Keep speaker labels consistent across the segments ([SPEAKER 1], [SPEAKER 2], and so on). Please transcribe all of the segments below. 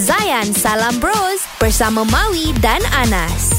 [SPEAKER 1] Zayan Salam Bros bersama Maui dan Anas.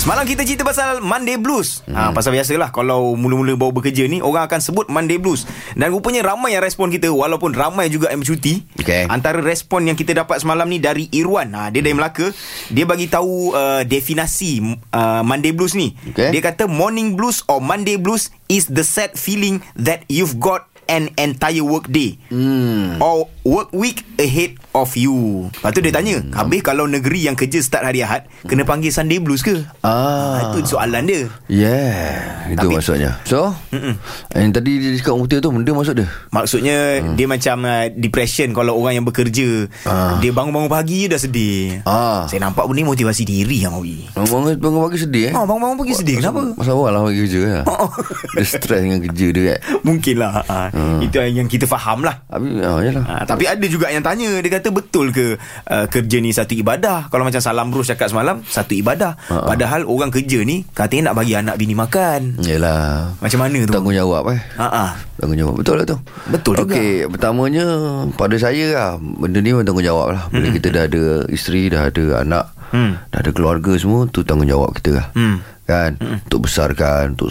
[SPEAKER 2] Semalam kita cerita pasal Monday Blues hmm. ha, Pasal biasalah Kalau mula-mula baru bekerja ni Orang akan sebut Monday Blues Dan rupanya ramai yang respon kita Walaupun ramai juga yang bercuti
[SPEAKER 3] Okey.
[SPEAKER 2] Antara respon yang kita dapat semalam ni Dari Irwan ha, Dia dari Melaka Dia bagi tahu uh, Definasi uh, Monday Blues ni
[SPEAKER 3] Okey.
[SPEAKER 2] Dia kata Morning Blues or Monday Blues Is the sad feeling That you've got an entire work day hmm. Or work week ahead of you Lepas tu dia tanya Habis kalau negeri yang kerja start hari Ahad Kena panggil Sunday Blues ke? Ah. Itu soalan dia.
[SPEAKER 3] Yeah Itu
[SPEAKER 2] Tapi-
[SPEAKER 3] maksudnya So Mm-mm. Yang tadi dia cakap dengan tu Benda maksud dia
[SPEAKER 2] Maksudnya hmm. dia macam uh, depression kalau orang yang bekerja.
[SPEAKER 3] Ah.
[SPEAKER 2] Dia bangun-bangun pagi je dah sedih.
[SPEAKER 3] Ah.
[SPEAKER 2] Saya nampak benda ni motivasi diri yang Awi.
[SPEAKER 3] Bangun bangun pagi sedih eh
[SPEAKER 2] Ah, bangun-bangun pagi sedih kenapa?
[SPEAKER 3] Masa awal lah pergi kerja lah.
[SPEAKER 2] Oh.
[SPEAKER 3] Dia stres dengan kerja dia kan
[SPEAKER 2] Mungkin lah. Ah.
[SPEAKER 3] Hmm.
[SPEAKER 2] Itu yang kita faham lah.
[SPEAKER 3] Habis ah, yalah.
[SPEAKER 2] Ha, tapi ada juga yang tanya Dia kata betul ke uh, Kerja ni satu ibadah Kalau macam Salam Rus cakap semalam Satu ibadah
[SPEAKER 3] Ah, ah.
[SPEAKER 2] Padahal orang kerja ni Katanya nak bagi anak bini makan
[SPEAKER 3] Yalah
[SPEAKER 2] Macam mana tu?
[SPEAKER 3] Tanggungjawab eh
[SPEAKER 2] Ha, ah.
[SPEAKER 3] Tanggungjawab Betul lah tu
[SPEAKER 2] Betul juga.
[SPEAKER 3] Okey Pertamanya Pada saya lah Benda ni memang tanggungjawab lah Bila kita dah ada Isteri Dah ada anak
[SPEAKER 2] Hmm.
[SPEAKER 3] Dah ada keluarga semua tu tanggungjawab kita lah
[SPEAKER 2] Hmm.
[SPEAKER 3] Kan hmm. Untuk besarkan Untuk